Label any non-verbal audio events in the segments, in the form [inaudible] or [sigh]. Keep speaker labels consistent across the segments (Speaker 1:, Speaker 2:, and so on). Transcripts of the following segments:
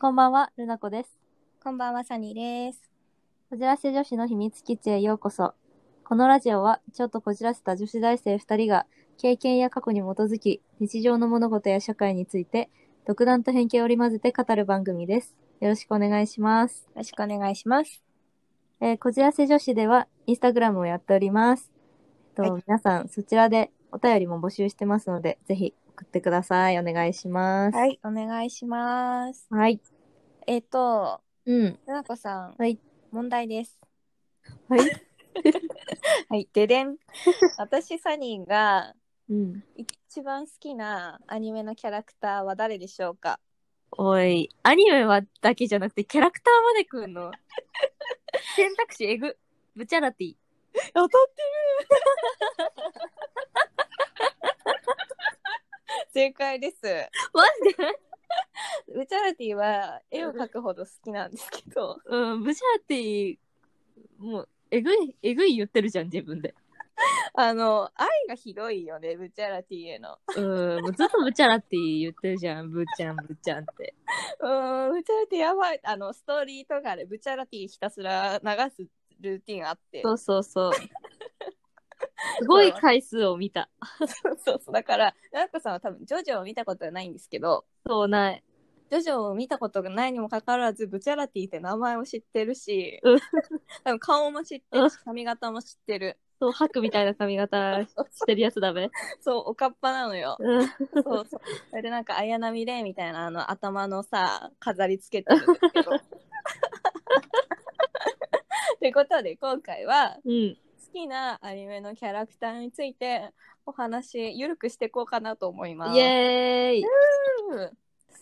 Speaker 1: こんばんは、ルナコです。
Speaker 2: こんばんは、サニーです。
Speaker 1: こじらせ女子の秘密基地へようこそ。このラジオは、ちょっとこじらせた女子大生2人が、経験や過去に基づき、日常の物事や社会について、独断と偏見を織り交ぜて語る番組です。よろしくお願いします
Speaker 2: よ。ろしくお願いします。
Speaker 1: えーこじらせ女子では、インスタグラムをやっております。えっと
Speaker 2: は
Speaker 1: 皆さん、そちらでお便りも募集してますので、ぜひ送ってください。お願いします。
Speaker 2: はい、お願いします。
Speaker 1: はい。
Speaker 2: えっ、と、
Speaker 1: うん。
Speaker 2: ルナコさん、
Speaker 1: はい。
Speaker 2: 問題です。
Speaker 1: はい。
Speaker 2: はい、 [laughs] ででん。私、サニーが
Speaker 1: うん。
Speaker 2: 一番好きなアニメのキャラクターは誰でしょうか [laughs]
Speaker 1: おい、アニメはだけじゃなくてキャラクターまで来んの。 [laughs] 選択肢えぐ。ブチャラティ。
Speaker 2: 当たってる正解です。
Speaker 1: マジで
Speaker 2: ウチャラティは絵を描くほど好きなんですけど、 [laughs]
Speaker 1: うん、ブチャラティ、もう、えぐい、えぐい言ってるじゃん、自分で。
Speaker 2: あの、愛がひどいよね、ウチャラティへの。 [laughs]
Speaker 1: うん、もうずっとブチャラティ言ってるじゃん、ブちゃん、ブちゃんって。
Speaker 2: うーん、ブチャラティやばい。あの、ストーリーとかでブチャラティひたすら流すルーティンあって。
Speaker 1: そうそうそう。すごい回数を見た。
Speaker 2: そうそうそう。だから、なこさんは多分、ジョジョを見たことはないんですけど、
Speaker 1: そうない。
Speaker 2: ジョジョを見たことがないにもかかわらず、ブチャラティって名前を知ってるし
Speaker 1: うん、
Speaker 2: 多分顔も知ってるし、髪型も知ってる。
Speaker 1: そう、ハクみたいな髪型してるやつだべ。。
Speaker 2: そう、おかっぱなのよ
Speaker 1: うん。
Speaker 2: そうそう。それでなんか、綾波レイみたいな、あの、頭のさ、飾りつけてるんです
Speaker 1: [laughs]
Speaker 2: けど。ってことで、今回は、
Speaker 1: うん。
Speaker 2: 好きなアニメのキャラクターについてお話ゆるくしていこうかなと思います。
Speaker 1: イエーイ。
Speaker 2: うん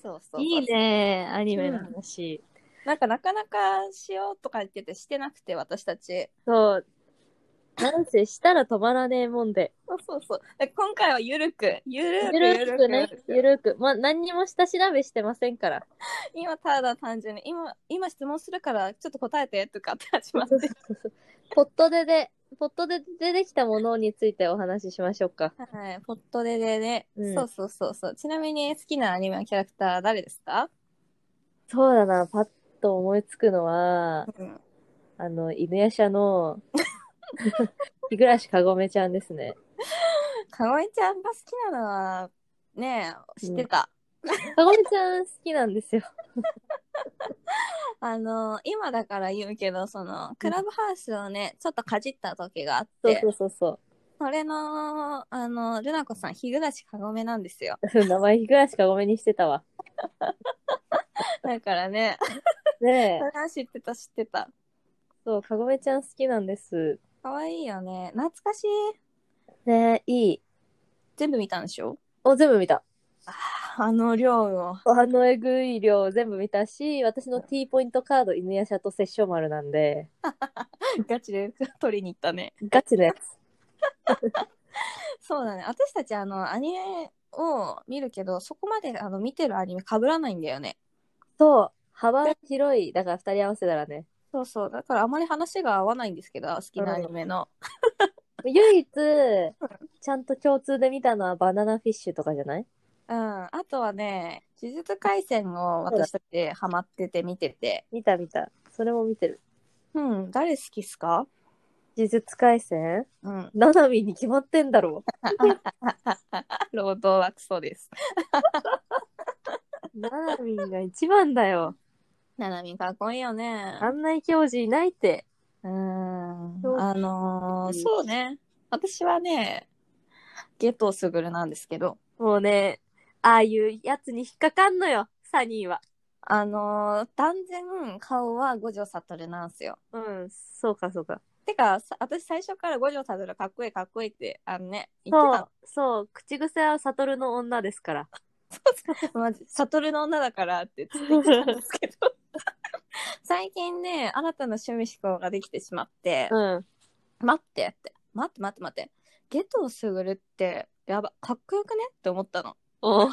Speaker 2: そうそうそう
Speaker 1: いいね、アニメの話。
Speaker 2: なんかなかなかしようとか言っててしてなくて私たち。
Speaker 1: そう。なんせしたら止まらねえもんで。
Speaker 2: そうそうそう。で今回はゆるくゆるく
Speaker 1: ゆるくね、ゆ
Speaker 2: る
Speaker 1: るく。まあ、何にも下調べしてませんから。
Speaker 2: 今ただ単純に今今質問するからちょっと答えてとかって始まって。
Speaker 1: ポットでで、ポットで出てきたものについてお話ししましょうか。
Speaker 2: はい、ポットででね、
Speaker 1: うん
Speaker 2: そうそうそうそう。ちなみに好きなアニメのキャラクターは誰ですか？
Speaker 1: そうだな、パッと思いつくのは、
Speaker 2: うん、
Speaker 1: あの、犬夜叉の、 [laughs] 日暮かごめちゃんですね。
Speaker 2: かごえちゃんが好きなのはねえ知ってた。
Speaker 1: かごめちゃん好きなんですよ。
Speaker 2: あの今だから言うけどそのクラブハウスをね、ちょっとかじった時があっ
Speaker 1: そう
Speaker 2: て
Speaker 1: そうそうそ
Speaker 2: それのあのルナ子さん日暮かごめなんですよ
Speaker 1: う。名前日暮かごめにしてたわ。
Speaker 2: だからね
Speaker 1: ねえ
Speaker 2: それ、は知ってた知ってた
Speaker 1: そう、かごめちゃん好きなんです。
Speaker 2: 可愛いよね懐かしい
Speaker 1: ねえ、いい。
Speaker 2: 全部見たんでしょ
Speaker 1: お、全部見た。
Speaker 2: あの量を
Speaker 1: あのえぐい量全部見たし、私の T ポイントカード、犬やしゃと殺生丸なんで、
Speaker 2: ガチで取りに行ったね
Speaker 1: ガチのやつ。
Speaker 2: そうだね私たちあのアニメを見るけどそこまであの見てるアニメ被らないんだよね
Speaker 1: そう、幅広い。だから二人合わせたらね。
Speaker 2: そうそうだからあまり話が合わないんですけど好きなアニメの、
Speaker 1: 唯一、ちゃんと共通で見たのはバナナフィッシュとかじゃない
Speaker 2: うん、あとはね、呪術廻戦を私たちハマってて見てて。
Speaker 1: 見た見た。それも見てる。
Speaker 2: うん、誰好きっすか
Speaker 1: 呪術廻戦
Speaker 2: うん。
Speaker 1: ナナミに決まってんだろ。
Speaker 2: 労働はクソです。
Speaker 1: ナナミが一番だよ。
Speaker 2: ななみかっこいいよね。
Speaker 1: あんな教授いないって。
Speaker 2: うん。
Speaker 1: そう
Speaker 2: あのーそうね。私はね、ゲトウスグルなんですけど、
Speaker 1: もうね、ああいうやつに引っかかんのよ、サニーは。
Speaker 2: あのー断然顔は五条悟なんですよ。
Speaker 1: うん、そうかそうか。
Speaker 2: てか、さ私最初から五条悟かっこいいかっこいいって、あのね、言って
Speaker 1: そ
Speaker 2: たの
Speaker 1: う、そう、口癖は悟の女です [laughs] から。
Speaker 2: [laughs] マジ悟るの女だからってずっと言ってたんですけど
Speaker 1: [laughs]
Speaker 2: 最近ね新たな趣味思考ができてしまって、
Speaker 1: うん。
Speaker 2: 待ってって待って待って待ってゲトウスグルってやばかっこよくねって思ったの
Speaker 1: おあ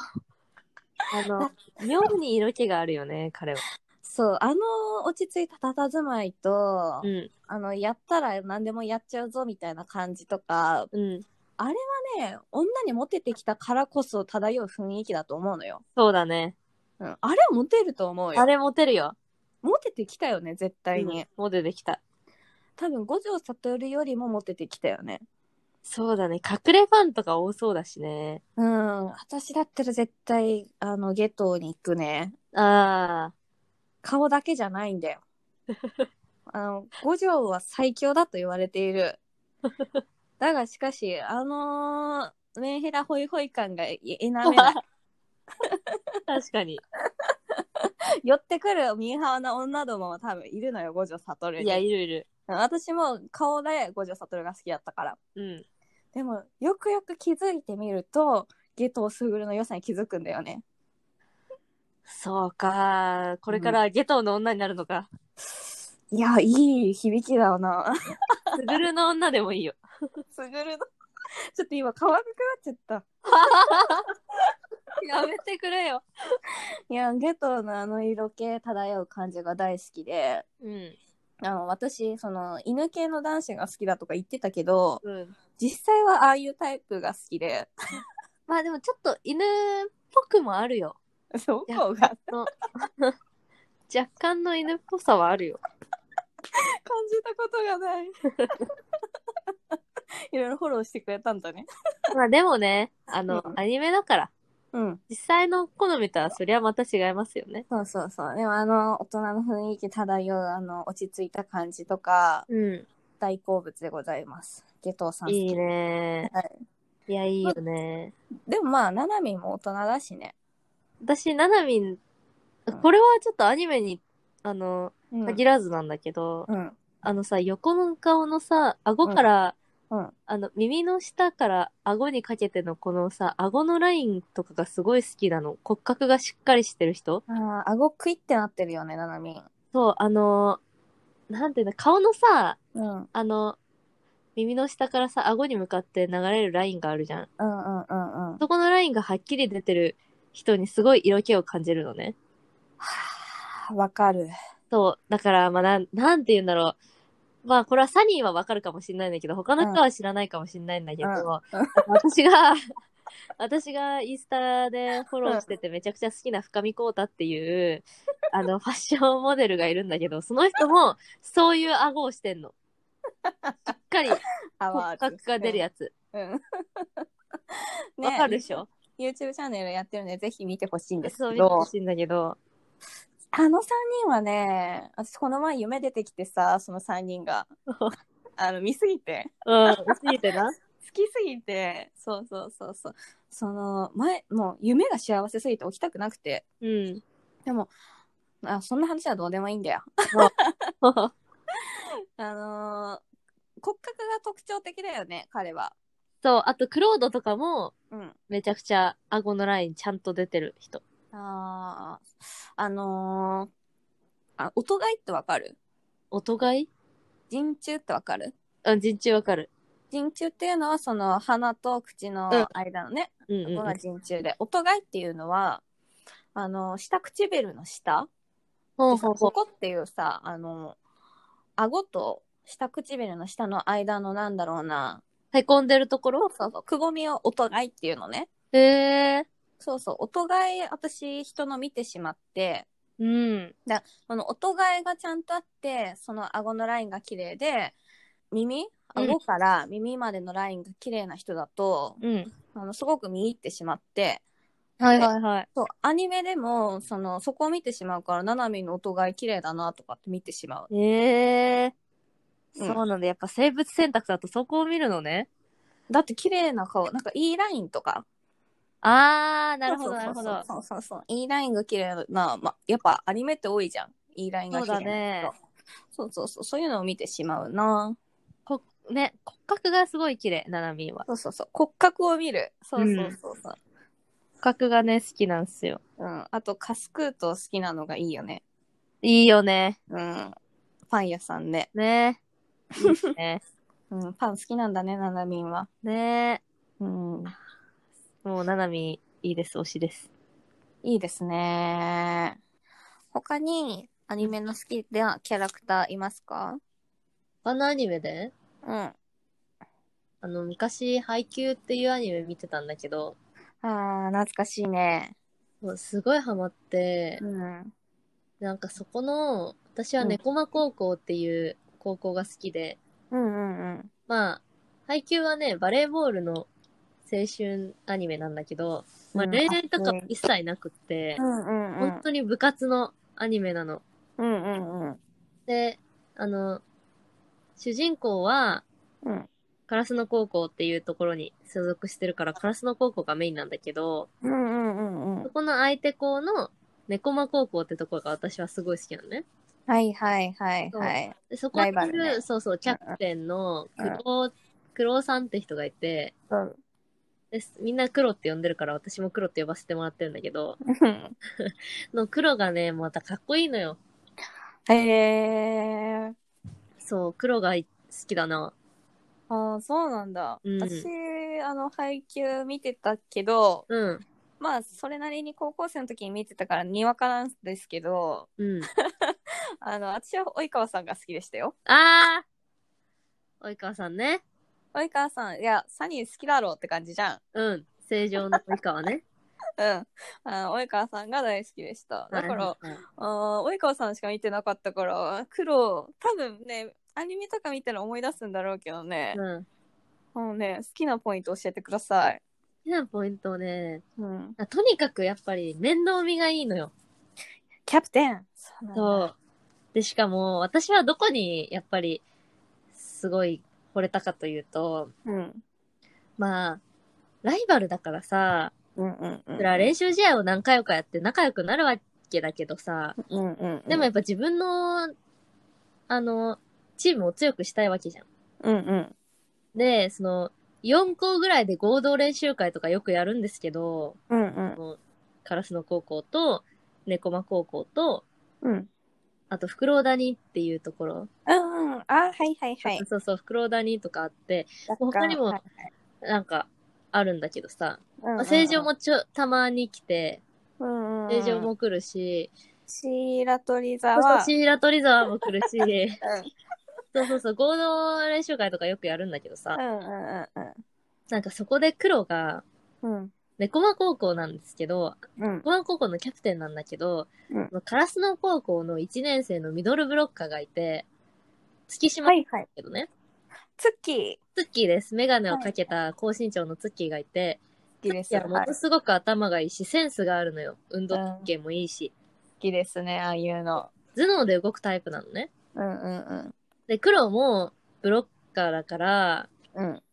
Speaker 1: の、 [laughs] 妙に色気があるよね、彼は。
Speaker 2: そうあの落ち着いた佇まいと、
Speaker 1: うん。
Speaker 2: あのやったら何でもやっちゃうぞみたいな感じとか
Speaker 1: うん。
Speaker 2: ね女にモテてきたからこそ漂う雰囲気だと思うのよ
Speaker 1: そうだね。
Speaker 2: うん、あれモテると思うよ
Speaker 1: あれモテるよ。
Speaker 2: モテてきたよね絶対に、
Speaker 1: うんモテてきた。
Speaker 2: 多分五条悟よりもモテてきたよね
Speaker 1: そうだね。隠れファンとか多そうだしね。
Speaker 2: うん私だったら絶対あのゲトに行くね
Speaker 1: ああ。
Speaker 2: 顔だけじゃない
Speaker 1: [laughs]
Speaker 2: んだよあの五条は最強だと言われているだがしかしあのーメンヘラホイホイ感が否め
Speaker 1: [laughs]
Speaker 2: ない
Speaker 1: 確かに。
Speaker 2: 寄ってくるミーハーな女どもも多分いるのよ五条悟に
Speaker 1: いや、いるいる。
Speaker 2: 私も顔で五条悟が好きだったから
Speaker 1: うん。
Speaker 2: でもよくよく気づいてみるとゲトウスグルの良さに気づくんだよね
Speaker 1: そうか。これからゲトの女になるのか。
Speaker 2: いやいい響きだ
Speaker 1: [laughs]
Speaker 2: よな
Speaker 1: すぐるの女でもいいよ。
Speaker 2: スグルのちょっと今可愛くなっちゃった
Speaker 1: やめてくれよ。
Speaker 2: いやゲトウのあの色気漂う感じが大好きで
Speaker 1: うん。
Speaker 2: あの私その犬系の男子が好きだとか言ってたけど
Speaker 1: うん。
Speaker 2: 実際はああいうタイプが好きで
Speaker 1: まあでもちょっと犬っぽくもあるよ。
Speaker 2: そこが
Speaker 1: の若干の犬っぽさはある [laughs] よ。
Speaker 2: 感じたことがない。いろいろフォローしてくれたんだね。
Speaker 1: まあでもね、あの、
Speaker 2: うん
Speaker 1: アニメだから、
Speaker 2: うん。
Speaker 1: 実際の好みとはそりゃまた違いますよね。
Speaker 2: そうそうそう。でもあの、大人の雰囲気漂う、あの、落ち着いた感じとか、
Speaker 1: う
Speaker 2: 大好物でございます。下等さん好
Speaker 1: い
Speaker 2: き。
Speaker 1: いね。
Speaker 2: はい。
Speaker 1: いや、いいよね。
Speaker 2: でもまあ、ななみんも大人だしね。
Speaker 1: 私、ななみん、これはちょっとアニメに、あの、
Speaker 2: うん。
Speaker 1: 限らずなんだけど、
Speaker 2: うん。
Speaker 1: あのさ、横の顔のさ、顎から、
Speaker 2: うん。
Speaker 1: あの、耳の下から顎にかけてのこのさ、顎のラインとかがすごい好きなの。骨格がしっかりしてる人
Speaker 2: ああ、顎クイってなってるよね、ななみん。
Speaker 1: そう、あのーなんていうの、顔のさ、
Speaker 2: うん。うん
Speaker 1: あの、耳の下からさ、顎に向かって流れるラインがあるじゃん。
Speaker 2: うんうんうん。
Speaker 1: そこのラインがはっきり出てる人にすごい色気を感じるのね。
Speaker 2: はあ、わかる。
Speaker 1: そう、だから、まあ、なん、なんて言うんだろう。まあ、これはサニーはわかるかもしれないんだけど、他の人は知らないかもしれないんだけど、
Speaker 2: うん
Speaker 1: 私が、 [laughs] 私がインスタでフォローしててめちゃくちゃ好きな深見光太っていう、あの、ファッションモデルがいるんだけど、その人もそういう顎をしてんの。しっかり
Speaker 2: あ
Speaker 1: 骨格が出るや
Speaker 2: [laughs]
Speaker 1: つ。 [laughs]
Speaker 2: うん。
Speaker 1: わ、かるでしょ
Speaker 2: YouTube チャンネルやってるんで、ぜひ見てほしいんです
Speaker 1: そう
Speaker 2: け
Speaker 1: 見て
Speaker 2: ど。
Speaker 1: ほしいんだけど。
Speaker 2: あの3人はね、私この前夢出てきてさ、その3人が。あの、見すぎて。
Speaker 1: うん、ついてな。
Speaker 2: 好きすぎて。そうそうそうそう。その、前、もう夢が幸せすぎて起きたくなくて。 [laughs]
Speaker 1: うん。 [laughs]
Speaker 2: でも、あそんな話はどうでもいいんだよ。あのー骨格が特徴的だよね、彼は。
Speaker 1: そう、あと、クロードとかも、
Speaker 2: うん。
Speaker 1: めちゃくちゃ顎のラインちゃんと出てる人。
Speaker 2: あーあのーあ、音がいってわかる
Speaker 1: 音がい
Speaker 2: 人中ってわかる
Speaker 1: うん、人中わかる。
Speaker 2: 人中っていうのはその鼻と口の
Speaker 1: うん
Speaker 2: 間のね、
Speaker 1: うんうん
Speaker 2: こ
Speaker 1: う
Speaker 2: が
Speaker 1: ん。
Speaker 2: 人中で、音がいっていうのはあの下唇の下
Speaker 1: ほうほ
Speaker 2: でさ
Speaker 1: うほ
Speaker 2: こ
Speaker 1: う。
Speaker 2: こっていうさあの顎と下唇の下の間のなんだろうな
Speaker 1: へこんでるとこ
Speaker 2: そ
Speaker 1: ろ
Speaker 2: うそうそうくぼみを音がいっていうのね
Speaker 1: へえ。
Speaker 2: そうそう音がい私人の見てしまって
Speaker 1: うん。
Speaker 2: その音がいがちゃんとあってその顎のラインが綺麗で耳
Speaker 1: うん
Speaker 2: 顎から耳までのラインが綺麗な人だと、
Speaker 1: うん。
Speaker 2: あのすごく見入ってしまって
Speaker 1: はいはいはい。
Speaker 2: そう、アニメでも、その、そこを見てしまうから、ななみの音が綺麗だなとかって見てしまう。
Speaker 1: へえ。
Speaker 2: うん
Speaker 1: そうなんだ。やっぱ生物選択だとそこを見るのね。
Speaker 2: だって綺麗な顔、なんか E ラインとか。
Speaker 1: あー、なるほどなるほど。
Speaker 2: そうそうそうそうそうそう。E ラインが綺麗な、ま、やっぱアニメって多いじゃん。E ラインが綺麗な
Speaker 1: そ
Speaker 2: 人
Speaker 1: うだね。
Speaker 2: そうそうそう、そういうのを見てしまうな。
Speaker 1: こね、骨格がすごい綺麗、ななみんは。
Speaker 2: そうそうそう、骨格を見る。そうそうそうそう。
Speaker 1: 骨格がね、好きなんすよ。
Speaker 2: うん。あと、カスクート好きなのがいいよね。
Speaker 1: いいよね。
Speaker 2: うん。パン屋さんね。
Speaker 1: ね。いいっすね。
Speaker 2: うん、パン好きなんだね、ななみんは。
Speaker 1: ね
Speaker 2: うん。
Speaker 1: もう、ななみん、いいです。推しです。
Speaker 2: いいですね。他にアニメの好きなキャラクターいますか
Speaker 1: 他のアニメで
Speaker 2: うん。あ
Speaker 1: あの、昔、ハイキューっていうアニメ見てたんだけど、
Speaker 2: あ、懐かしいね。
Speaker 1: そうすごいハマって、
Speaker 2: うん。
Speaker 1: なんかそこの、私は
Speaker 2: うん
Speaker 1: 猫間高校っていう高校が好きで、
Speaker 2: うんうんうん。
Speaker 1: まあ、配給はね、バレーボールの青春アニメなんだけど、まあ、
Speaker 2: うん
Speaker 1: 恋愛とか
Speaker 2: あ
Speaker 1: も一切なくって
Speaker 2: う、んうんうん。
Speaker 1: 本当に部活のアニメなの。
Speaker 2: うんうんうん。
Speaker 1: で、あの、主人公は、
Speaker 2: うん
Speaker 1: 烏野高校っていうところに所属してるから、烏野高校がメインなんだけど、
Speaker 2: うんうんうんう
Speaker 1: そ
Speaker 2: ん。
Speaker 1: この相手校の猫間高校ってところが私はすごい好きなのね。
Speaker 2: はいはいはいはい。
Speaker 1: でそこにい
Speaker 2: ライバル
Speaker 1: る、
Speaker 2: ね
Speaker 1: そうそう、キャプテンの黒、黒さんって人がいて、
Speaker 2: そう。
Speaker 1: でみんな黒って呼んでるから私も黒って呼ばせてもらってるんだけど、
Speaker 2: [laughs]
Speaker 1: の黒がね、またかっこいいのよ。
Speaker 2: へえー。
Speaker 1: そう、黒が好きだな。
Speaker 2: ああ、そうなんだ。
Speaker 1: うん
Speaker 2: 私、あの、配給見てたけど、
Speaker 1: うん、
Speaker 2: まあ、それなりに高校生の時に見てたから、にわかなんですけど、
Speaker 1: うん。
Speaker 2: あの、私は及川さんが好きでしたよ。
Speaker 1: あー [laughs] 及川さんね。
Speaker 2: 及川さん、いや、サニー好きだろうって感じじゃん。
Speaker 1: うん。正常の及川
Speaker 2: [laughs]
Speaker 1: ね。
Speaker 2: うん。あの及川さんが大好きでした。だから、
Speaker 1: はいはいはい
Speaker 2: あー及川さんしか見てなかったから黒多分ねアニメとか見たら思い出すんだろうけどね、
Speaker 1: うん。好
Speaker 2: もうね好きなポイント教えてください、
Speaker 1: きなポイントね。
Speaker 2: うん、
Speaker 1: あとにかくやっぱり面倒見がいいのよ。
Speaker 2: キャプテンそうなんだ
Speaker 1: そう。で、しかも、私はどこに、やっぱり、すごい惚れたかというと、
Speaker 2: うん
Speaker 1: まあ、ライバルだからさ、
Speaker 2: うんうんうん
Speaker 1: それは練習試合を何回かやって仲良くなるわけだけどさ、
Speaker 2: うんうんうん
Speaker 1: でもやっぱ自分の、あの、チームを強くしたいわけじゃん。
Speaker 2: うんうん
Speaker 1: で、その、4校ぐらいで合同練習会とかよくやるんですけど、
Speaker 2: うんうん
Speaker 1: 烏野高校と、猫間高校と、
Speaker 2: うん
Speaker 1: あと、袋谷っていうところ、
Speaker 2: うんうんあはいはいはい
Speaker 1: そうそう、袋谷とかあって、他にも
Speaker 2: はい
Speaker 1: なんか、あるんだけどさ、
Speaker 2: うんうん
Speaker 1: まあ、正常もちょ、たまに来て、
Speaker 2: うんうん
Speaker 1: 正常も来るし、
Speaker 2: シーラトリザ
Speaker 1: そうそう
Speaker 2: は
Speaker 1: シーラトリザワも来るし、 [laughs]
Speaker 2: うん
Speaker 1: そうそうそう、合同練習会とかよくやるんだけどさ
Speaker 2: う、んうん
Speaker 1: なんかそこで黒が、
Speaker 2: うんうん
Speaker 1: 猫間高校なんですけど、
Speaker 2: うん
Speaker 1: 猫間高校のキャプテンなんだけど、
Speaker 2: うん
Speaker 1: そのカラスノ高校の1年生のミドルブロッカーがいて、月島
Speaker 2: は
Speaker 1: だ
Speaker 2: いはい
Speaker 1: けどね、
Speaker 2: ツッキー
Speaker 1: ツッキーです。メガネをかけた高身長のツッキーがいて、
Speaker 2: 好きで
Speaker 1: い
Speaker 2: す
Speaker 1: や、も
Speaker 2: はい
Speaker 1: のすごく頭がいいし、センスがあるのよ。運動神経もいいし。
Speaker 2: 好きですねああいうの
Speaker 1: 頭脳で動くタイプなのね。
Speaker 2: うんうん
Speaker 1: で、黒もブロッカーだから、
Speaker 2: うんうん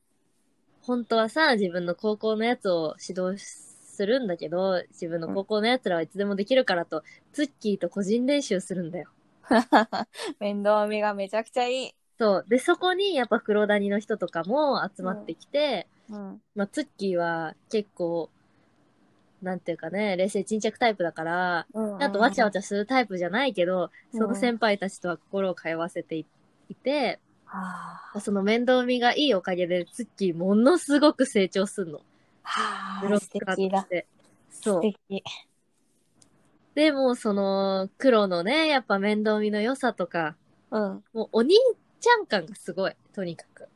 Speaker 1: 本当はさ、自分の高校のやつを指導するんだけど、自分の高校のやつらはいつでもできるからと、ツッキーと個人練習するんだよ。
Speaker 2: 面倒見がめちゃくちゃいい。
Speaker 1: そう。で、そこにやっぱ黒谷の人とかも集まってきて、
Speaker 2: うん。
Speaker 1: まあ、ツッキーは結構、なんていうかね、冷静沈着タイプだから、あとわちゃわ
Speaker 2: ち
Speaker 1: ちゃするタイプじゃないけど、
Speaker 2: うん
Speaker 1: その先輩たちとは心を通わせていて、
Speaker 2: ゃ。は
Speaker 1: その面倒見がいいおかげで、ツッキーものすごく成長するの。
Speaker 2: あ
Speaker 1: ブロ
Speaker 2: 素
Speaker 1: ッカ
Speaker 2: 敵
Speaker 1: ーと
Speaker 2: だ
Speaker 1: し。て。そ
Speaker 2: 素
Speaker 1: う。
Speaker 2: 敵。
Speaker 1: でもうその黒のねやっぱ面倒見の良さとか
Speaker 2: うん。
Speaker 1: もうお兄ちゃん感がすごいとにかく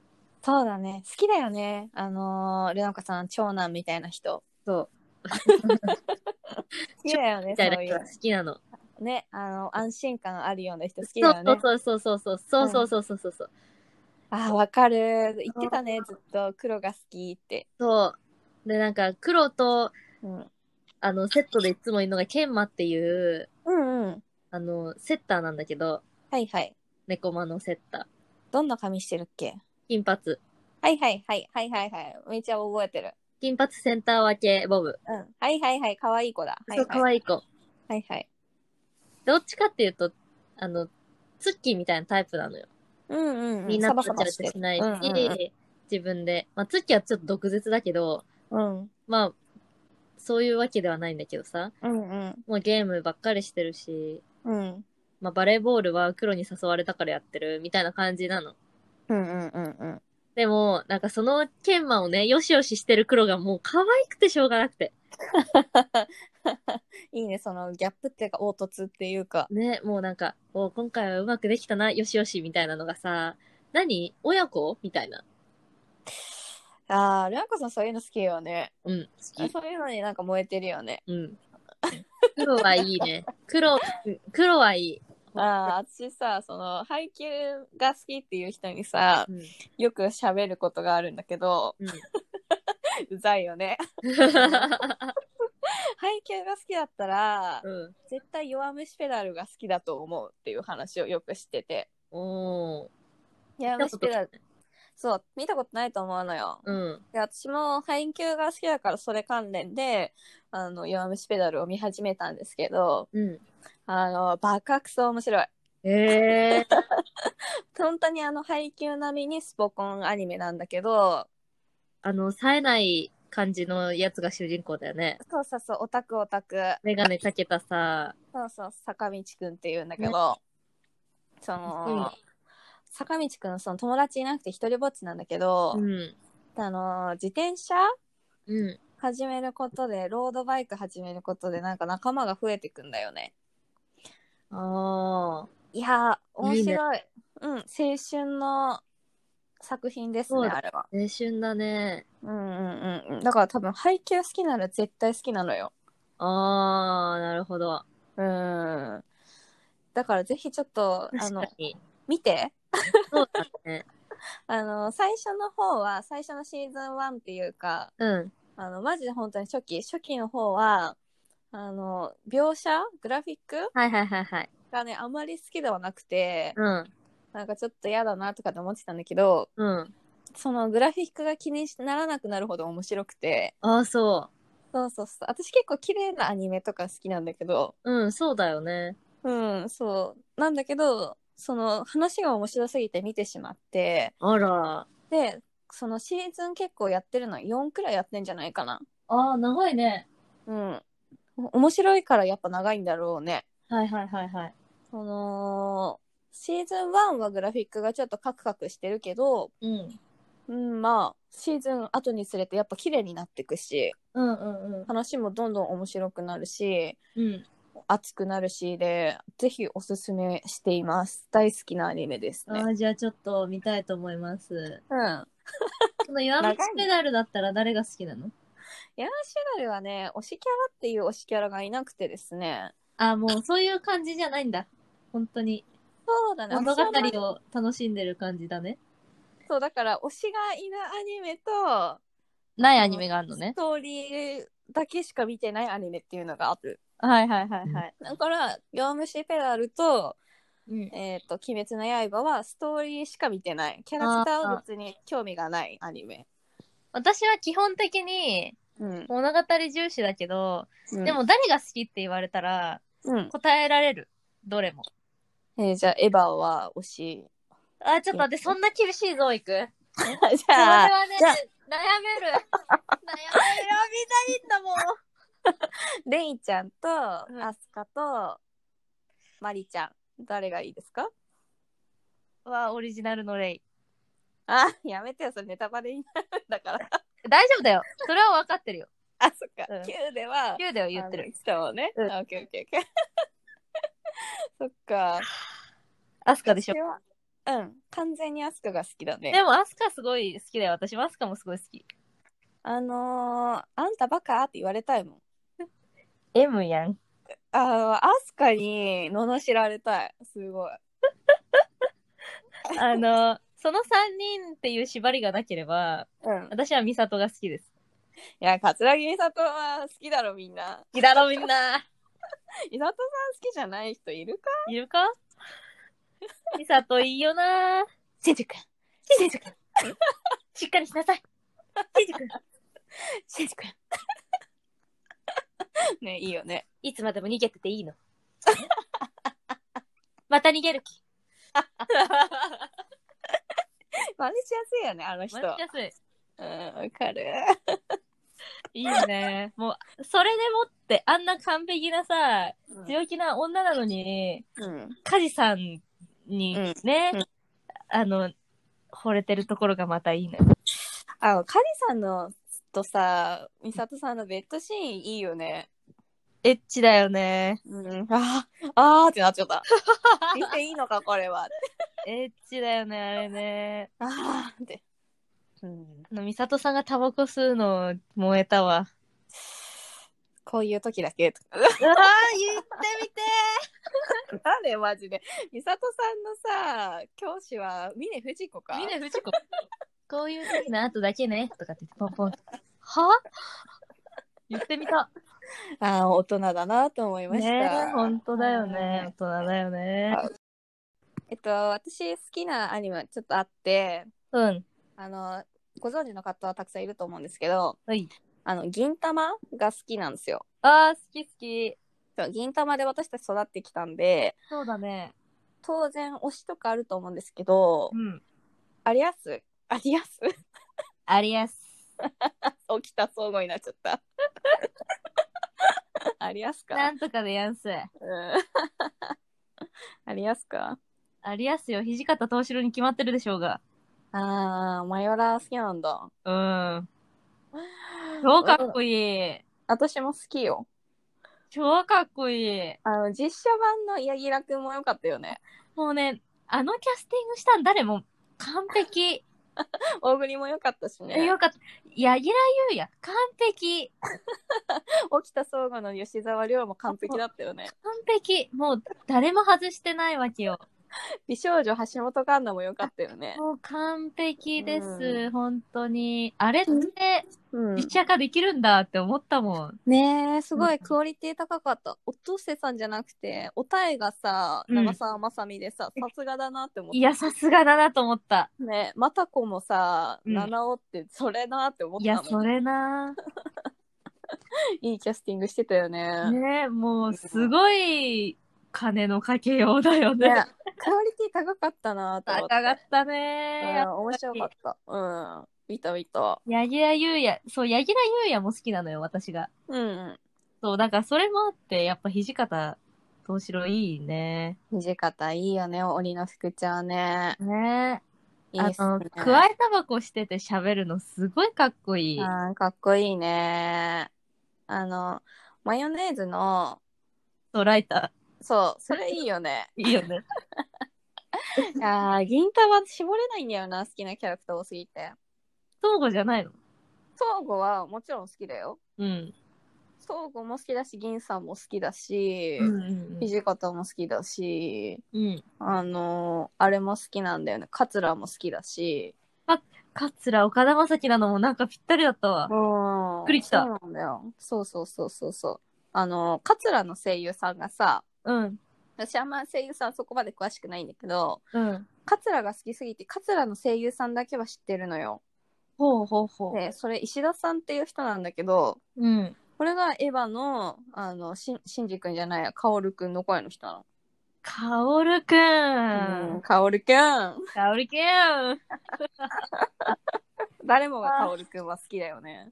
Speaker 2: そうだね。好きだよね。あのー、ルナカさん、長男みたいな人。 [laughs]
Speaker 1: そう
Speaker 2: 好きだよね、
Speaker 1: み
Speaker 2: そ
Speaker 1: たいな
Speaker 2: うい
Speaker 1: 人が
Speaker 2: う
Speaker 1: 好。きなの
Speaker 2: ね、あの、安心感あるような人好きだよね。
Speaker 1: そうそうそうそうそうそうそうそうそうそうそう
Speaker 2: ああ、わかる。言ってたね、ずっと。黒が好きって。
Speaker 1: そうでなんか黒と
Speaker 2: うん。
Speaker 1: あのセットでいつもいるのがケンマっていう
Speaker 2: うんうん。
Speaker 1: あのセッターなんだけど
Speaker 2: はいはい。
Speaker 1: 猫マのセッター
Speaker 2: どんな髪してるっけ
Speaker 1: 金髪
Speaker 2: はいはいはいはいはいはい。めっちゃ覚えてる。
Speaker 1: 金髪センター分けボブ、
Speaker 2: うん。はいはいはい。可愛い子だ。はい
Speaker 1: そう可
Speaker 2: はい。
Speaker 1: 愛い子
Speaker 2: はいはい。
Speaker 1: どっちかっていうとあのツッキーみたいなタイプなのよ
Speaker 2: うんうんうん、
Speaker 1: みんな
Speaker 2: サバ
Speaker 1: とち
Speaker 2: サ
Speaker 1: ゃ
Speaker 2: バ
Speaker 1: ちゃ
Speaker 2: してる
Speaker 1: しないし、
Speaker 2: うんうん
Speaker 1: 自分で、まあ、ツッキーはちょっと毒舌だけど、
Speaker 2: うん
Speaker 1: まあ、そういうわけではないんだけどさ、
Speaker 2: うんうん
Speaker 1: もうゲームばっかりしてるし、
Speaker 2: うん
Speaker 1: まあ、バレーボールは黒に誘われたからやってるみたいな感じなの。
Speaker 2: うんうんうん
Speaker 1: でも、なんかその研磨をね、よしよししてる黒がもう可愛くてしょうがなくて。
Speaker 2: [laughs] いいねそのギャップっていうか凹凸っていうか
Speaker 1: ね、もうなんか、お今回はうまくできたな、よしよしみたいなのがさ、何親子みたいな。
Speaker 2: あールアンコさんそういうの好きよね
Speaker 1: うん、好き。
Speaker 2: そういうのになんか燃えてるよね
Speaker 1: うん。黒はいいね。黒、黒はいい。
Speaker 2: ああ、私さ、その、配給が好きっていう人にさ、
Speaker 1: うん
Speaker 2: よく喋ることがあるんだけど、
Speaker 1: うん
Speaker 2: うざいよね。 [laughs] 配給が好きだったら、
Speaker 1: [laughs] うん。
Speaker 2: 絶対弱虫ペダルが好きだと思うっていう話をよくしてて。
Speaker 1: おー。
Speaker 2: 弱虫ペダル。そう、見たことないと思うのよ。
Speaker 1: うん。
Speaker 2: で私も配給が好きだからそれ関連で、あの、弱虫ペダルを見始めたんですけど、
Speaker 1: うん。
Speaker 2: あの、バカクソ面白い。
Speaker 1: えー。
Speaker 2: 本当にあの、配給並みにスポコンアニメなんだけど、
Speaker 1: あの、冴えない感じのやつが主人公だよね。
Speaker 2: そうそうそう、オタクオタク。
Speaker 1: メガネかけたさ、
Speaker 2: そうそう、坂道くんっていうんだけど、その、坂道くん、その友達いなくて一人ぼっちなんだけど、
Speaker 1: うん。
Speaker 2: あの、自転車
Speaker 1: うん。
Speaker 2: 始めることで、ロードバイク始めることで、なんか仲間が増えてくんだよね。
Speaker 1: ああ。
Speaker 2: いや
Speaker 1: い
Speaker 2: ー、面
Speaker 1: いね
Speaker 2: 白い。うん、青春の作品です
Speaker 1: そう
Speaker 2: ね、
Speaker 1: だ
Speaker 2: あれは。
Speaker 1: 青春だね。
Speaker 2: うんうんうんうん。だから多分、配給好きなら絶対好きなのよ。
Speaker 1: ああ、なるほど。
Speaker 2: うん。だからぜひちょっと、あ
Speaker 1: 確
Speaker 2: の
Speaker 1: か、に。
Speaker 2: 見て。
Speaker 1: そうだね。
Speaker 2: あの、最初の方は、最初のシーズン1っていうか、
Speaker 1: うん。
Speaker 2: あの、マジで本当に初期、初期の方は、あの、描写グラフィック
Speaker 1: はいはいはいはい。
Speaker 2: がね、あまり好きではなくて、
Speaker 1: うん。
Speaker 2: なんかちょっと嫌だなとかって思ってたんだけど、
Speaker 1: うん。
Speaker 2: そのグラフィックが気にならなくなるほど面白くて、
Speaker 1: ああ、そ
Speaker 2: そうそうそう。私結構綺麗なアニメとか好きなんだけど、
Speaker 1: う。うん、そうだよね。
Speaker 2: うん、そう。なんだけど、その話が面白すぎて見てしまって、
Speaker 1: あら。
Speaker 2: で、そのシーズン結構やってるの、4くらいやってんじゃないかな。
Speaker 1: ああ、長いね。
Speaker 2: うん。お面白いからやっぱ長いんだろうね。
Speaker 1: はいはいはいはい。
Speaker 2: その、シーズン1はグラフィックがちょっとカクカクしてるけど、
Speaker 1: うん。
Speaker 2: うん、まあ、シーズン後につれてやっぱ綺麗になってくし、
Speaker 1: うんうんうん。
Speaker 2: 話もどんどん面白くなるし、
Speaker 1: うん。
Speaker 2: 熱くなるしで、ぜひおすすめしています。大好きなアニメですね
Speaker 1: あ。あ、じゃあちょっと見たいと思います。
Speaker 2: うん。
Speaker 1: この弱虫ペダルだったら誰が好きなの
Speaker 2: ヤンシュナルはね、推しキャラっていう推しキャラがいなくてですね。
Speaker 1: ああ、もうそういう感じじゃないんだ。本当に。
Speaker 2: そうだね。
Speaker 1: 物
Speaker 2: 私はまあ
Speaker 1: 語を楽しんでる感じだね。
Speaker 2: そう、だから推しがいるアニメと、
Speaker 1: ないアニメがあるのね
Speaker 2: ス。トーリーだけしか見てないアニメっていうのがある。
Speaker 1: はいはいはいはい。
Speaker 2: だから、弱虫ペダルと、
Speaker 1: うん。
Speaker 2: えっ、と、鬼滅の刃はストーリーしか見てない。キャラクターは別に興味がないアニメ。
Speaker 1: 私は基本的に
Speaker 2: うん。
Speaker 1: 物語重視だけど、で、も誰が好きって言われたら
Speaker 2: うん。
Speaker 1: 答えられる。どれも。
Speaker 2: えーじゃあ、エヴァは推
Speaker 1: [laughs]
Speaker 2: し。
Speaker 1: あ、ちょっと待って、そんな厳しいぞ、いく。そ
Speaker 2: じ
Speaker 1: れ
Speaker 2: ゃあ、
Speaker 1: はね、
Speaker 2: じゃあ
Speaker 1: 悩め [laughs] る。悩める。選びたいんだもん。
Speaker 2: レイちゃんと、
Speaker 1: ん
Speaker 2: アスカと、マリちゃん。誰がいいですか
Speaker 1: は、オリジナルのレイ。
Speaker 2: あ、やめてよ、それネタバレになるんだ
Speaker 1: [laughs]
Speaker 2: から。
Speaker 1: 大丈夫だよ。それは分かってるよ。
Speaker 2: あ、そっか
Speaker 1: うん。
Speaker 2: Q、では、
Speaker 1: 9だよ、言って
Speaker 2: あ
Speaker 1: る。
Speaker 2: の。人をね。
Speaker 1: うん
Speaker 2: あオッケーオッケーオッケー。 [laughs] そっか。
Speaker 1: アスカでしょ
Speaker 2: 私。はうん。完全にアスカが好きだね。
Speaker 1: でも、アスカすごい好きだよ。私もアスカもすごい好き。
Speaker 2: あのー、あんたバカって言われたいもん。
Speaker 1: M やん。
Speaker 2: あの、アスカに罵られたい。すごい。
Speaker 1: あの、その3人っていう縛りがなければ、
Speaker 2: うん。い
Speaker 1: 私はミサトが好きです。
Speaker 2: や、桂木美里は好きだろ、みんな。
Speaker 1: 好きだろ、みんな。
Speaker 2: 美里さん好きじゃない人いるか
Speaker 1: いるかミサトいいよな。
Speaker 2: 千住くん。
Speaker 1: しんじくん。しっかりしなさい。しんじくん。
Speaker 2: 千住くん。ね、いいよね。
Speaker 1: いつまでも逃げてていいの。また逃げる気。
Speaker 2: 真似しやすいよね、あの人。
Speaker 1: マ
Speaker 2: う
Speaker 1: ジ
Speaker 2: ん、
Speaker 1: 安
Speaker 2: わかる。
Speaker 1: い。いいね。もう、それでもって、あんな完璧なさ、強気な女なのに、
Speaker 2: うん。
Speaker 1: カジさんに
Speaker 2: うん
Speaker 1: ね、
Speaker 2: うん
Speaker 1: あの、惚れてるところがまたいいのよ。
Speaker 2: あの、カリさんのとさ、ミサトさんのベッドシーンいいよね。
Speaker 1: エッチだよね。
Speaker 2: うん。あーあーってなっちゃ [laughs] った。見ていいのか、これは。
Speaker 1: エッチだよね、あれね。
Speaker 2: ああって。うん。
Speaker 1: あの、ミサトさんがタバコ吸うの燃えたわ。
Speaker 2: こういう時だけとか
Speaker 1: 言ってみて
Speaker 2: なんでマジで美里さんのさ教師は峰不二子か
Speaker 1: 峰不二子。こういう時の後だけね。とかって言ってポンポン。は言ってみた。
Speaker 2: あー大人だなと思いました、
Speaker 1: 本当だよね。大人だよね。
Speaker 2: えっと私好きなアニメちょっとあって
Speaker 1: うん。
Speaker 2: あのご存知の方はたくさんいると思うんですけど
Speaker 1: はい。
Speaker 2: あの銀魂が好きなんですよ
Speaker 1: あー、好き好き。
Speaker 2: そう銀魂で私たち育ってきたんで
Speaker 1: そうだね。
Speaker 2: 当然推しとかあると思うんですけど、
Speaker 1: うん。
Speaker 2: ありやすありやす [laughs]
Speaker 1: ありやす。
Speaker 2: 起きた相互になっちゃった [laughs] ありやすか
Speaker 1: なんとかでやんす。
Speaker 2: うん [laughs] ありやすか
Speaker 1: ありやすよ。土方藤代に決まってるでしょうが。
Speaker 2: あーマヨラー好きなんだ
Speaker 1: うん。超かっこいい。
Speaker 2: 私も好きよ
Speaker 1: 超かっこいい。
Speaker 2: あの実写版の柳楽くんも良かったよね
Speaker 1: もうね、あのキャスティングしたん誰も完璧。
Speaker 2: 大栗も良かったし
Speaker 1: え
Speaker 2: ね
Speaker 1: よかった。柳楽優也、完璧。
Speaker 2: 起きた相互の吉沢亮も完璧だったよね
Speaker 1: 完璧。もう誰も外してないわけよ。
Speaker 2: [laughs] 美少女橋本環奈も良かったよね
Speaker 1: もう完璧です。
Speaker 2: う
Speaker 1: 本当に。あれって
Speaker 2: うん
Speaker 1: 実写化できるんだって思ったもん。
Speaker 2: ねえすご
Speaker 1: うん
Speaker 2: いクオリティ高かった音瀬さんじゃなくておたえがさ
Speaker 1: うん
Speaker 2: 長澤まさみでささすがだなって思っ
Speaker 1: いや、さすがだなと思った。
Speaker 2: たねまたこもさ
Speaker 1: うん
Speaker 2: 七尾ってそれなって思
Speaker 1: い
Speaker 2: った
Speaker 1: や、
Speaker 2: もん
Speaker 1: それな。
Speaker 2: いいキャスティングしてたよね
Speaker 1: ねもうすごい金のかけようだよね。
Speaker 2: ねクオリティ高かったなと思
Speaker 1: 高
Speaker 2: って
Speaker 1: かった
Speaker 2: うん
Speaker 1: ね。
Speaker 2: 面白かったうん見た見た
Speaker 1: 柳楽優也、そう、柳楽優也も好きなのよ、私が。
Speaker 2: うん
Speaker 1: そう、だからそれもあって、やっぱ土方藤代いいね。
Speaker 2: 土方いいよね折の福ちゃんね
Speaker 1: ね
Speaker 2: いい
Speaker 1: あ
Speaker 2: っす
Speaker 1: の、
Speaker 2: ね
Speaker 1: くわえタバコしてて喋るのすごいかっこいい。
Speaker 2: あーかっこいいねあのマヨネーズの
Speaker 1: そう、ライタ
Speaker 2: そうそれいいよね
Speaker 1: ー。いいよね。
Speaker 2: [laughs] あー銀太は絞れないんだよな好きなキャラクター多すぎて
Speaker 1: 東郷じゃないの
Speaker 2: 東吾はもちろん好きだよ
Speaker 1: うん。
Speaker 2: 東吾も好きだし銀さんも好きだし
Speaker 1: うんうんうん
Speaker 2: 土方も好きだし
Speaker 1: うん。
Speaker 2: あのーあれも好きなんだよね桂も好きだし
Speaker 1: 桂岡田将生なのもなんかぴったりだったわ。
Speaker 2: うん
Speaker 1: くりきた
Speaker 2: そうなんだよそうそうそうそうそうあのー桂の声優さんがさ
Speaker 1: うん。
Speaker 2: 私あんま声優さんそこまで詳しくないんだけど
Speaker 1: うん。
Speaker 2: 桂が好きすぎて桂の声優さんだけは知ってるのよ
Speaker 1: ほうほうほ
Speaker 2: でそれ石田さんっていう人なんだけど
Speaker 1: う。うん。
Speaker 2: これがエヴァの、あの、しん、しんじくんじゃないや、カオルくんの声の人な
Speaker 1: かおるく
Speaker 2: の。うん、
Speaker 1: ん。
Speaker 2: カオルくん。
Speaker 1: かおるくん。好
Speaker 2: 誰もがカオルくんは好きだよね。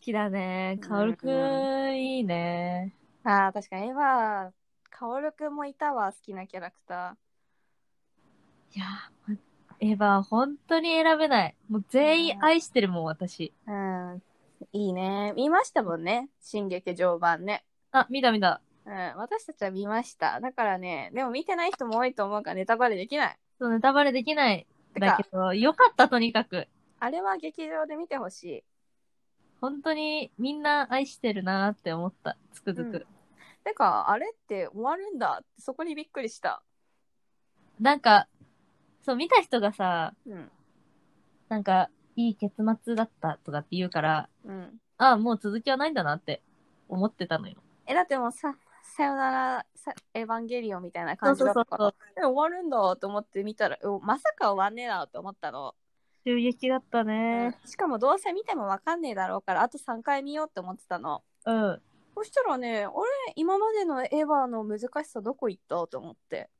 Speaker 1: きだね。かおるくん、いいね。
Speaker 2: ああ、確かにエヴァ、カオルくんもいたわ、好きなキャラクタ
Speaker 1: いやー、エヴァ、本当に選べない。もう全員愛してるもん、私。
Speaker 2: ー。うん。いいね。見ましたもんね。進撃常盤ね。
Speaker 1: あ、見た見た。
Speaker 2: うん。私たちは見ました。だからね、でも見てない人も多いと思うからネタバレできない。
Speaker 1: そう、ネタバレできない。
Speaker 2: て
Speaker 1: だ
Speaker 2: か
Speaker 1: け、ど、よかった、とにかく。
Speaker 2: あれは劇場で見てほしい。
Speaker 1: 本当にみんな愛してるなーって思った。つくづく。
Speaker 2: てか、あれって終わるんだって、そこにびっくりした。
Speaker 1: なんか、そう、見た人がさ、
Speaker 2: うん。
Speaker 1: なんか、いい結末だったとかって言うから、
Speaker 2: うん。
Speaker 1: ああ、もう続きはないんだなって思ってたのよ。
Speaker 2: え、だってもうさ、さよなら、さエヴァンゲリオンみたいな感じだったか
Speaker 1: そう
Speaker 2: ら、え、終わるんだと思って見たら、おまさか終わんねえなと思ったの。
Speaker 1: 襲撃だったね
Speaker 2: しかもどうせ見てもわかんねえだろうから、あと3回見ようって思ってたの。
Speaker 1: うん。
Speaker 2: そしたらね、俺、今までのエヴァの難しさどこ行ったと思って。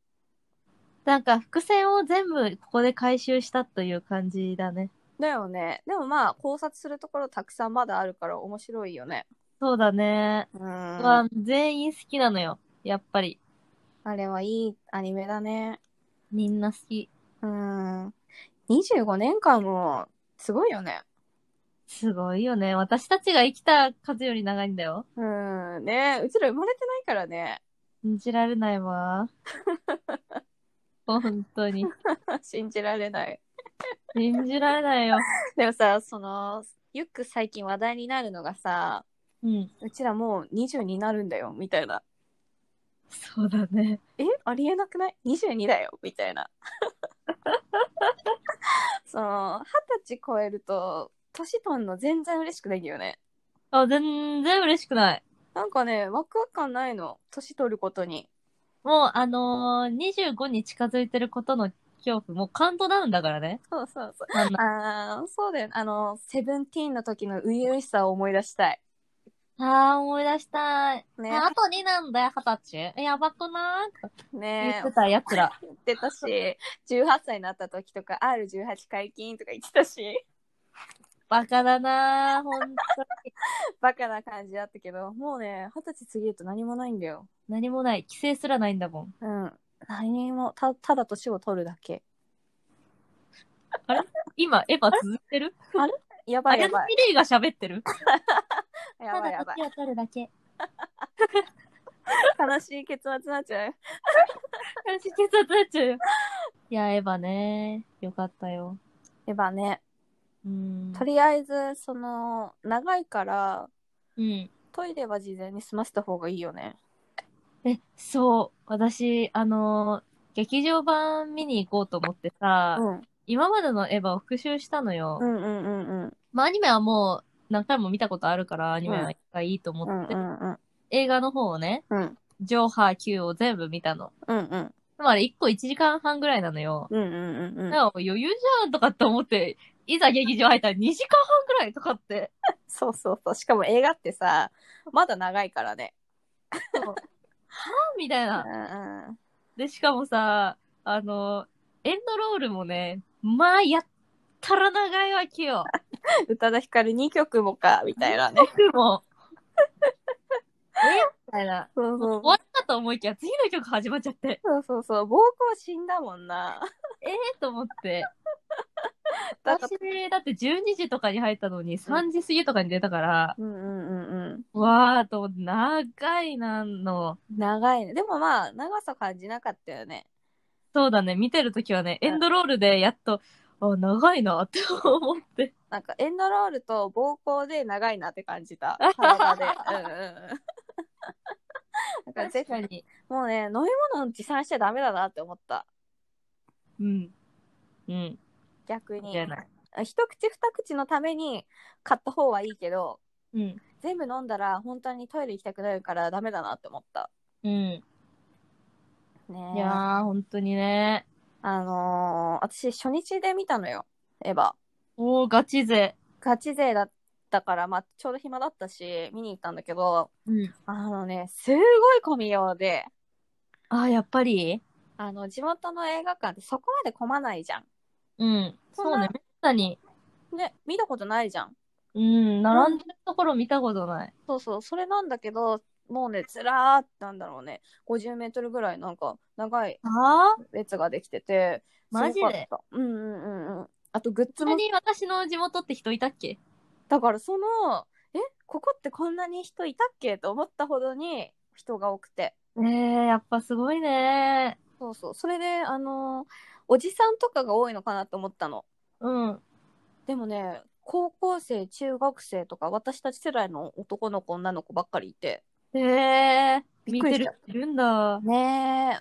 Speaker 1: なんか、伏線を全部ここで回収したという感じだね。
Speaker 2: だよね。でもまあ、考察するところたくさんまだあるから面白いよね。
Speaker 1: そうだね。
Speaker 2: うん。あ
Speaker 1: は全員好きなのよ。やっぱり。
Speaker 2: れはいいアニメだね。
Speaker 1: みんな好き。
Speaker 2: うん。25年間も、すごいよね。
Speaker 1: すごいよね。私たちが生きた数より長いんだよ。
Speaker 2: うん。ねうちら生まれてないからね。 [laughs]
Speaker 1: 信じられない [laughs] わ。本当に。
Speaker 2: 信じられない
Speaker 1: 信じられないよ。
Speaker 2: でもさそのよく最近話題になるのがさ
Speaker 1: うん。
Speaker 2: うちらもう20になるんだよみたいな
Speaker 1: そうだね。
Speaker 2: えありえなくない ?22 だよみたいな。 [laughs] その二十歳超えると年取んの全然嬉しくないんだよね。
Speaker 1: あ、全然嬉しくない。
Speaker 2: なんかねワクワク感ないの年取ることに。
Speaker 1: もう、あのー、25に近づいてることの恐怖、もうカウントダウンだからね。
Speaker 2: そうそうそう。
Speaker 1: あんな
Speaker 2: ああそうだよね、あのセブンティーンの時の初々しさを思い出したい。
Speaker 1: あー、思い出したい。
Speaker 2: ね
Speaker 1: ああと2なんだよ、20歳。えやばくないとか言
Speaker 2: ね
Speaker 1: ってたやつら。
Speaker 2: 言ってたし18歳になった時とか R18 解禁とか言ってたし [laughs]
Speaker 1: バカだなー、ほんとに。
Speaker 2: バカな感じだったけどもうね二十歳過ぎると何もないんだよ。
Speaker 1: 何もない。規制すらないんだもん。
Speaker 2: うん何もたただ年を取るだけ。
Speaker 1: 今、エヴァ続いてる
Speaker 2: やば
Speaker 1: あ
Speaker 2: いや
Speaker 1: れの
Speaker 2: ばい。
Speaker 1: ミレイが喋ってる
Speaker 2: やばいやばい。
Speaker 1: を取るだけ。
Speaker 2: 悲しい結末になっちゃう。
Speaker 1: 私、血圧になっちゃうよ。いや、エヴァねー。よかったよ。
Speaker 2: エヴァね、
Speaker 1: うん。
Speaker 2: とりあえず、その、長いから、
Speaker 1: うん。
Speaker 2: トイレは事前に済ませた方がいいよね。
Speaker 1: え、そう。私、あのー劇場版見に行こうと思ってさ、
Speaker 2: うん。
Speaker 1: 今までのエヴァを復習したのよ。
Speaker 2: うんうんうんうん。
Speaker 1: まあ、アニメはもう何回も見たことあるから、アニメは一回いいと思
Speaker 2: うん
Speaker 1: っ
Speaker 2: う
Speaker 1: て、
Speaker 2: んうん。
Speaker 1: 映画の方をね、
Speaker 2: うん
Speaker 1: ジョーハー Q を全部見たの。
Speaker 2: うんうん。
Speaker 1: でもあれ1個1時間半ぐらいなのよ。
Speaker 2: うんうんうん
Speaker 1: だ
Speaker 2: うん
Speaker 1: からもう余裕じゃんとかって思って、いざ劇場入ったら2時間半ぐらいとかって。
Speaker 2: そうそうそう。しかも映画ってさ、まだ長いからね。
Speaker 1: みたい
Speaker 2: うん
Speaker 1: な。
Speaker 2: うん。
Speaker 1: で、しかもさ、あの、エンドロールもね、まあ、やったら長いわけよ。
Speaker 2: 宇多田ヒカル2曲もか、みたいなね。
Speaker 1: 僕も。 [laughs] えみたいな。
Speaker 2: そうそう
Speaker 1: 終わったと思いきや、次の曲始まっちゃって。
Speaker 2: そうそうそう。暴行死んだもんな。
Speaker 1: えー、と思って。
Speaker 2: だ
Speaker 1: 私
Speaker 2: から、
Speaker 1: だって12時とかに入ったのに3時過ぎとかに出たから、
Speaker 2: うんうんうんうん。
Speaker 1: わーと思って長いなんの。
Speaker 2: 長いね。でもまあ、長さ感じなかったよね。
Speaker 1: そうだね、見てるときはね、エンドロールでやっと、あ、長いなって思って。
Speaker 2: なんかエンドロールと膀胱で長いなって感じた。体 [laughs] で。うんうんうん。なんか
Speaker 1: 確
Speaker 2: 絶
Speaker 1: か
Speaker 2: 対
Speaker 1: に。
Speaker 2: もうね、飲み物持参しちゃダメだなって思った。
Speaker 1: うん。うん。
Speaker 2: 逆
Speaker 1: み
Speaker 2: に
Speaker 1: た。いな。
Speaker 2: 一口二口のために買った方はいいけど、
Speaker 1: うん。
Speaker 2: 全部飲んだら本当にトイレ行きたくなるからダメだなって思った。
Speaker 1: うん。
Speaker 2: ね
Speaker 1: いやー、本当にね。
Speaker 2: あのー私初日で見たのよ、エヴァ。
Speaker 1: おー、ガチ勢。
Speaker 2: ガチ勢だったから、まあ、ちょうど暇だったし、見に行ったんだけど、
Speaker 1: うん。
Speaker 2: あのね、すごい混みようで、
Speaker 1: あー、やっぱり
Speaker 2: あの地元の映画館ってそこまで混まないじゃ
Speaker 1: うん。そうね、めったに。
Speaker 2: ん。ね、見たことないじゃん。
Speaker 1: うん、並んでるところ見たことない。
Speaker 2: そうそう、それなんだけど、もうね、ずらーってなんだろうね、50メートルぐらいなんか長い
Speaker 1: あー
Speaker 2: 列ができてて、
Speaker 1: マジです
Speaker 2: ごかったうんうんうんうん。あとグッ
Speaker 1: 本
Speaker 2: ズ
Speaker 1: 当
Speaker 2: も、
Speaker 1: に私の地元って人いたっけ
Speaker 2: だからその、え、ここってこんなに人いたっけと思ったほどに人が多くて。
Speaker 1: えー、やっぱすごいね
Speaker 2: そうそう、それで、あのーおじさんとかが多いのかなと思ったの。
Speaker 1: うん。
Speaker 2: でもね、高校生、中学生とか、私たち世代の男の子、女の子ばっかりいて。
Speaker 1: へえー、
Speaker 2: び
Speaker 1: 見
Speaker 2: っくり
Speaker 1: てる
Speaker 2: した
Speaker 1: 人いるんだ。
Speaker 2: ねえ。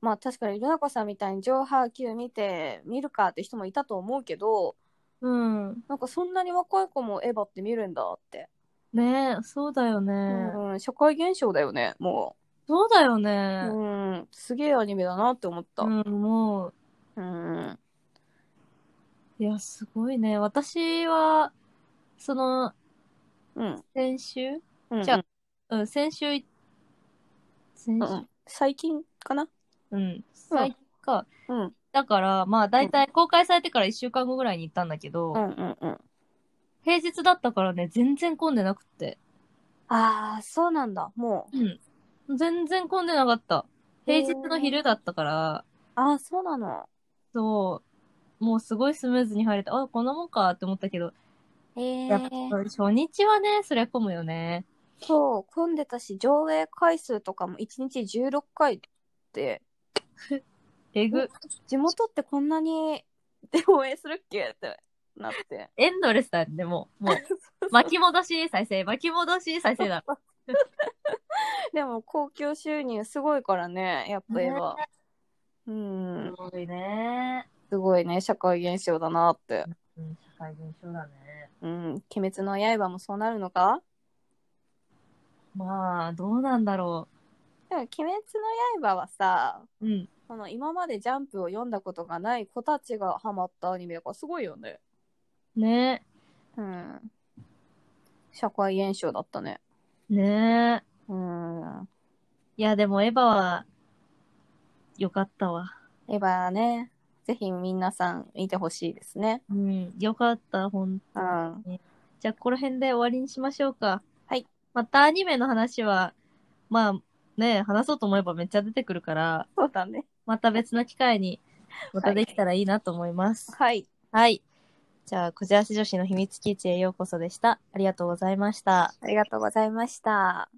Speaker 2: まあ確かに、ルナコさんみたいに上波球見て、見るかって人もいたと思うけど、
Speaker 1: うん。
Speaker 2: なんかそんなに若い子もエヴァって見るんだって。
Speaker 1: ねえ、そうだよね。
Speaker 2: うん、うん、社会現象だよね、も
Speaker 1: そうだよ
Speaker 2: う。
Speaker 1: ね。
Speaker 2: うん、すげえアニメだなって思った。
Speaker 1: う
Speaker 2: うん
Speaker 1: ん、もう、
Speaker 2: うん、
Speaker 1: いや、すごいね。私は、その、
Speaker 2: うん、
Speaker 1: 先週
Speaker 2: うん。
Speaker 1: じゃあうん、先週い、先
Speaker 2: う
Speaker 1: 週、
Speaker 2: ん、最近かな
Speaker 1: うん、最近か。
Speaker 2: うん、
Speaker 1: だから、まあ、大体公開されてから1週間後ぐらいに行ったんだけど、
Speaker 2: うん、うん、うん。
Speaker 1: 平日だったからね、全然混んでなくって。
Speaker 2: ああ、そうなんだ、もう。
Speaker 1: うん。全然混んでなかった。平日の昼だったから、
Speaker 2: ああ、そうなの。
Speaker 1: そう、もうすごいスムーズに入れた。あ、こんなもんかって思ったけど、
Speaker 2: ええ
Speaker 1: やっぱ初日はね、そりゃ混むよね。
Speaker 2: そう、混んでたし、上映回数とかも1日16回って、
Speaker 1: えぐ。
Speaker 2: [laughs] 地元ってこんなにで応援するっけってなって。
Speaker 1: エンドレスだよね、もう。も [laughs] う。巻き戻し、再生、巻き戻し、再生だ。
Speaker 2: でも、公共収入すごいからね、やっぱ映画。うん、
Speaker 1: [laughs] すごいね。
Speaker 2: すごいね、社会現象だなって。
Speaker 1: うん、社会現象だね。
Speaker 2: うん、鬼滅の刃もそうなるのか
Speaker 1: まあ、どうなんだろ
Speaker 2: でも、鬼滅の刃はさ、
Speaker 1: う。うん。
Speaker 2: この今までジャンプを読んだことがない子たちがハマったアニメだからすごいよね。
Speaker 1: ね
Speaker 2: うん。社会現象だったね。
Speaker 1: ね
Speaker 2: うん。
Speaker 1: いや、でもエヴァは、よかったわ。
Speaker 2: エヴァね、ぜひ皆さん見てほしいですね。
Speaker 1: うん、よかった、ほん
Speaker 2: うん。
Speaker 1: じゃあ、ここら辺で終わりにしましょうか。
Speaker 2: はい。
Speaker 1: またアニメの話は、まあ、ね話そうと思えばめっちゃ出てくるから、
Speaker 2: そうだね。
Speaker 1: また別の機会に、またできたらいいなと思います。
Speaker 2: はい。
Speaker 1: はい。じゃあ、こじらせ女子の秘密基地へようこそでした。ありがとうございました。
Speaker 2: ありがとうございました。